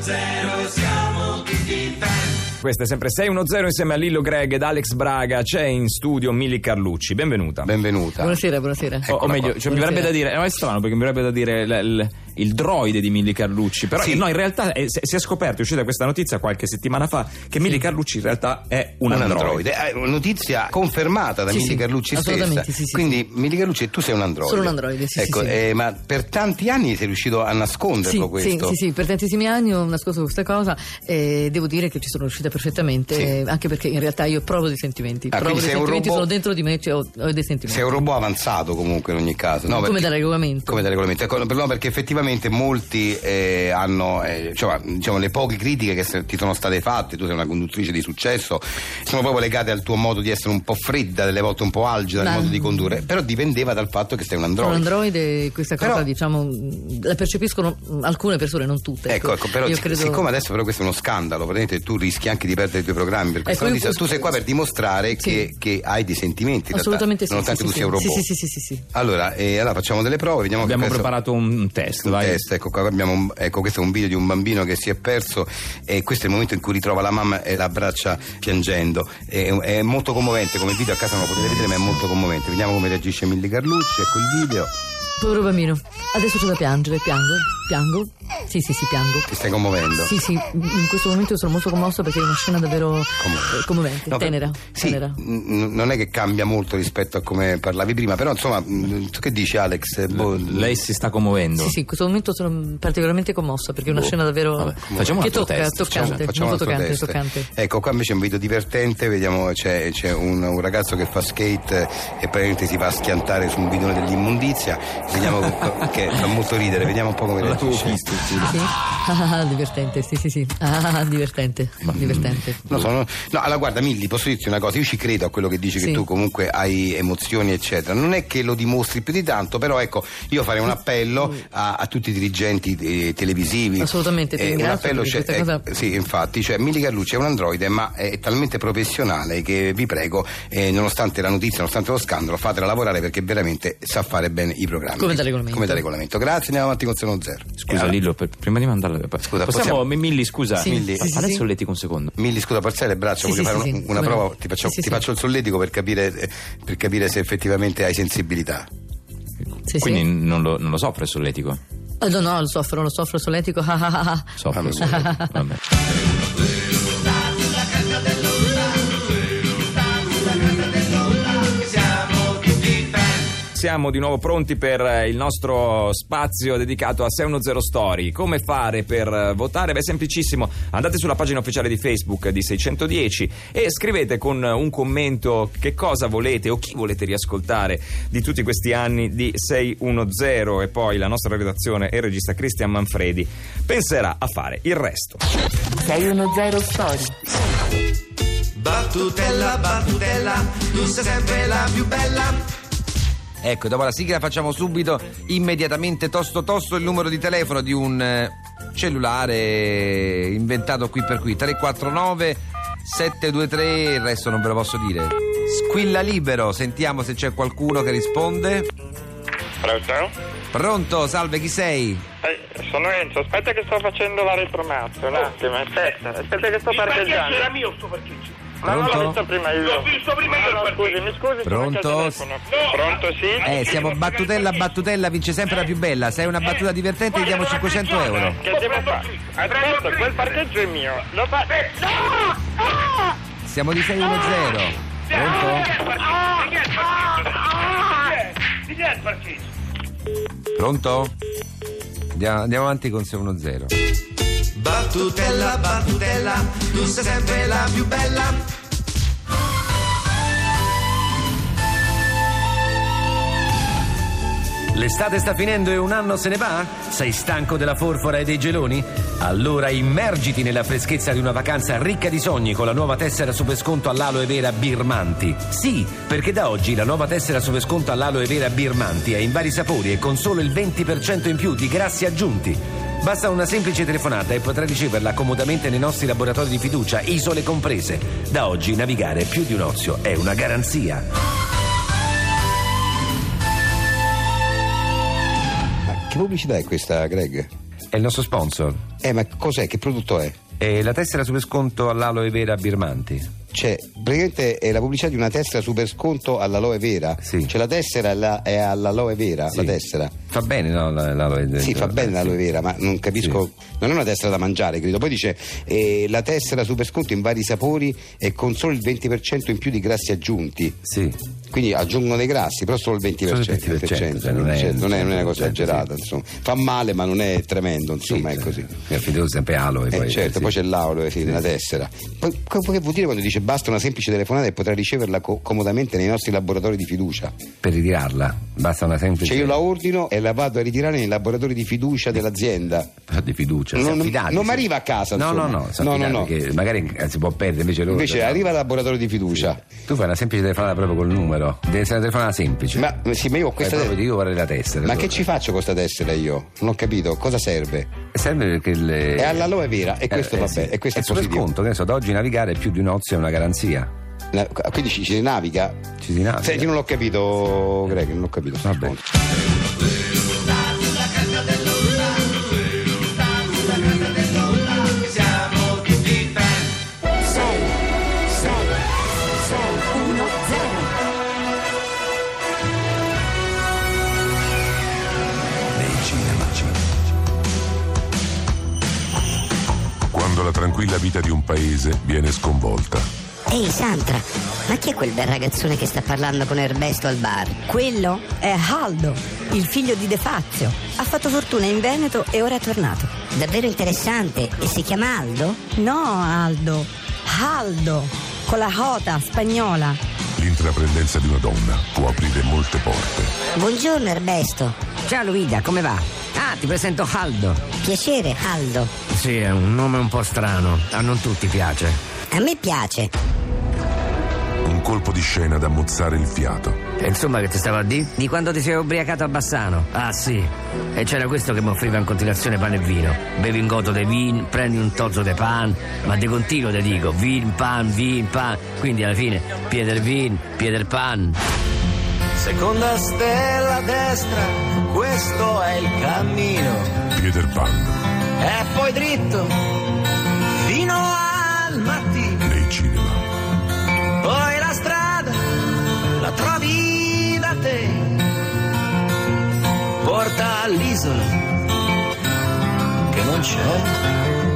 610 siamo tutti fan. Questa è sempre 610 insieme a Lillo Greg ed Alex Braga. C'è in studio Mili Carlucci. Benvenuta. Benvenuta. Buonasera, buonasera. o, o Eccola meglio, qua. cioè, mi verrebbe da dire, no, è strano perché mi verrebbe da dire l- l- il droide di Milli Carlucci, però Sì. no, in realtà eh, si si è scoperto, è uscita questa notizia qualche settimana fa, che Milli Carlucci in realtà è un, un androide. androide. Eh, notizia confermata da Sì, Mili sì, Carlucci stessa. assolutamente, sì, sì, sì. Quindi Mili Carlucci tu sei un androide. Sono un androide, sì, sì, Ecco, sì. eh, ma per tanti anni sei riuscito a nasconderlo Sì, sì, questo. sì, sì, per tantissimi anni ho nascosto questa cosa e devo dire che ci sono riuscita perfettamente, Sì. eh, anche perché in realtà io provo dei sentimenti, Ah, provo quindi dei sei un sentimenti, robot- sono dentro di me, cioè, ho, ho dei sentimenti. Sei un robot avanzato comunque in ogni caso. No, Come perché- dal regolamento. Come dal regolamento. Ecco, no, per- no, perché effettivamente molti eh, hanno, eh, cioè, diciamo, le poche critiche che se- ti sono state fatte, tu sei una conduttrice di successo, sono proprio legate al tuo modo di essere un po' fredda, delle volte un po' algida, dal Ma- modo di condurre, però dipendeva dal fatto che sei un Sono androide. un androide, questa cosa Però- diciamo mh, la percepiscono mh, alcune persone, non tutte. Ecco, ecco, però io sic- credo... siccome adesso però questo è uno scandalo, praticamente tu rischi anche di perdere i tuoi programmi per questa Ecco, io- notizia. tu sei qua per dimostrare Sì. che, che hai dei sentimenti, in realtà, Assolutamente sì, nonostante sì, tu sì, sia un sì, robot. sì, sì, sì, sì, sì. Allora, eh, allora facciamo delle prove, vediamo Abbiamo che questo- preparato un, un test, un vai. test, ecco, qua abbiamo un- ecco, questo è un video di un bambino che si è perso e questo è il momento in cui ritrova la mamma e la abbraccia piangendo. È, è molto commovente come video, a casa non lo potete vedere, ma è molto commovente. Vediamo come reagisce Milli Carlucci, ecco il video. Povero bambino, adesso c'è da piangere, piango, piango, sì sì sì piango. Ti stai commuovendo? Sì, sì, in questo momento sono molto commosso perché è una scena davvero eh, commovente, No, per- tenera, sì, tenera. n- non è che cambia molto rispetto a come parlavi prima, però insomma, mh, tu che dici Alex? Boh, Lei si sta commuovendo. Sì, sì, in questo momento sono particolarmente commossa perché è una Boh. scena davvero Vabbè, facciamo un che altro tocca, test, toccante, Facciamo, facciamo molto un altro toccante, test. toccante. Ecco, qua invece è un video divertente, vediamo c'è, c'è un, un ragazzo che fa skate eh, e praticamente si va a schiantare su un bidone dell'immondizia, vediamo co- che fa molto ridere, vediamo un po' come Allora, tu reagisce. visto, sì. Sì? Ah, ah, divertente, sì, sì, sì. Ah, ah, divertente, divertente. Non so, non- no, allora guarda Milli, posso dirti una cosa, io ci credo a quello che dici che Sì. tu comunque hai emozioni eccetera, non è che lo dimostri più di tanto, però ecco, io farei un appello a, a tutti i dirigenti eh, televisivi. Mm. Assolutamente, ti Eh, un ringrazio appello perché c'è, questa eh, cosa- Sì, infatti, cioè Milli Carlucci è un androide ma è talmente professionale che vi prego, eh, nonostante la notizia, nonostante lo scandalo, fatela lavorare perché veramente sa fare bene i programmi. Come da regolamento. Come da regolamento. Grazie, andiamo avanti con Seno Zero. Scusa Lillo, per- prima di mandarla possiamo, Scusa, possiamo- Milli, scusa, Sì, Milli. sì, sì, adesso sì. letico un secondo. Milli, scusa, parziale braccio, Sì, voglio sì, fare sì, una, sì, una come prova, no. ti, faccio, Sì, sì, ti sì. faccio il solletico per capire, eh, per capire se effettivamente hai sensibilità. Sì, Quindi sì. non lo, non lo soffre il solletico. Ah, no, no, lo soffro, lo soffro solletico. ah, ah, ah, ah. Soffre Vabbè. il solletico. Vabbè. Siamo tutti fan. Siamo di nuovo pronti per eh, il nostro spazio dedicato a 610 Story. Come fare per eh, votare? Beh, è semplicissimo. Andate sulla pagina ufficiale di Facebook di 610 e scrivete con eh, un commento che cosa volete o chi volete riascoltare di tutti questi anni di 610 e poi la nostra redazione e il regista Cristian Manfredi penserà a fare il resto. 610 Story. Battutella, battutella, tu sei sempre la più bella. Ecco, dopo la sigla facciamo subito, immediatamente, tosto tosto, il numero di telefono di un eh, cellulare inventato qui per qui. 349 723, il resto non ve lo posso dire. Squilla libero, sentiamo se c'è qualcuno che risponde. Pronto? Pronto, salve, chi sei? Eh, sono Enzo, aspetta che sto facendo la retromazza, un attimo, aspetta, aspetta che sto parcheggiando. era mio sto parcheggio. Ma non l'ho Pronto? visto prima io. L'ho visto prima io il No, no, scusi, parcheggio. mi scusi, Pronto? sono anche al telefono. No, Pronto, sì? Eh, siamo battutella, battutella, vince sempre la più bella. Se hai una battuta divertente ti diamo 500 euro. Che devo fare? Aspetta, quel parcheggio è mio. Lo fa... Siamo di 610. Pronto? Di chi è il parcheggio? Pronto? Andiamo, andiamo avanti con 610. Battutella, battutella, tu sei sempre la più bella. L'estate sta finendo e un anno se ne va? Sei stanco della forfora e dei geloni? Allora immergiti nella freschezza di una vacanza ricca di sogni con la nuova tessera supersconto all'aloe vera Birmanti. Sì, perché da oggi la nuova tessera supersconto all'aloe vera Birmanti è in vari sapori e con solo il 20% in più di grassi aggiunti. Basta una semplice telefonata e potrai riceverla comodamente nei nostri laboratori di fiducia, isole comprese. Da oggi navigare è più di un ozio è una garanzia. Ma che pubblicità è questa, Greg? È È il nostro sponsor. Eh, ma cos'è? Che prodotto è? E la tessera super sconto all'aloe vera Birmanti. Cioè, praticamente è la pubblicità di una tessera super sconto all'aloe vera. Sì. Cioè, la tessera è, la- è all'aloe vera, Ah, la Sì. tessera. Fa bene, no? la- L'aloe vera. Sì, fa bene l'aloe vera, ma non capisco. Non è una tessera da mangiare, credo. Poi dice eh, la tessera super sconto in vari sapori e con solo il 20% in più di grassi aggiunti. Sì. Quindi aggiungono dei grassi, però solo il 20%. Solo il 20%, cioè, non è- cioè, non, è, non è una cosa certo, sì. esagerata. Insomma. Fa male, ma non è tremendo. Insomma, è così. Mi ha finito sempre cioè, aloe. Eh, poi, certo, sì. poi c'è l'auro sì, la tessera. Poi, co- che vuol dire quando dice basta una semplice telefonata e potrai riceverla co- comodamente nei nostri laboratori di fiducia? Per ritirarla, basta una semplice. Cioè io la ordino e la vado a ritirare nei laboratori di fiducia dell'azienda. Però di fiducia, Non- si non- affidati, non sì. mi arriva a casa, No, no, insomma. no, si No, affidati, no, no. perché magari eh, si può perdere invece loro. Invece no? arriva al laboratorio di fiducia. Tu fai una semplice telefonata proprio col numero. Deve essere una telefonata semplice. Ma sì, ma io ho questa Fai proprio Eh, di tessera. io vorrei la tessera. Ma tu- che ci faccio con questa tessera io? Non ho capito, cosa serve? Eh, Serve perché il. eh, È all'aloe vera e questo va bene, e questo è super positivo. sconto, che ne so, da oggi navigare è più di un ozio è una garanzia. La- Quindi ci si naviga? Ci si naviga. Senti, non l'ho capito, Greg, non l'ho capito. Va bene. Quando la tranquilla vita di un paese viene sconvolta. Ehi Sandra, ma chi è quel bel ragazzone che sta parlando con Ernesto al bar? Quello è Aldo, il figlio di De Fazio. Ha fatto fortuna in Veneto e ora è tornato. Davvero interessante e si chiama Aldo? No, Aldo, Aldo, con la jota spagnola. L'intraprendenza di una donna può aprire molte porte. Buongiorno Ernesto, Ciao Luida, come va? Ah, ti presento Aldo. piacere Aldo, Sì, è un nome un po' strano. A non tutti piace. a me piace. Un colpo di scena da mozzare il fiato. E Insomma, che ti stavo a dire? Di quando ti sei ubriacato a Bassano. Ah, sì. E c'era questo che mi offriva in continuazione pane e vino. Bevi un goto di vin, prendi un tozzo di pan, ma di continuo ti dico vin, pan, vin, pan. Quindi alla fine, piede del vin, piede del pan. Seconda stella a destra, questo è il cammino. Pan E poi dritto, fino al mattino. nei cinema. Poi la strada, la trovi da te. Porta all'isola, che non c'è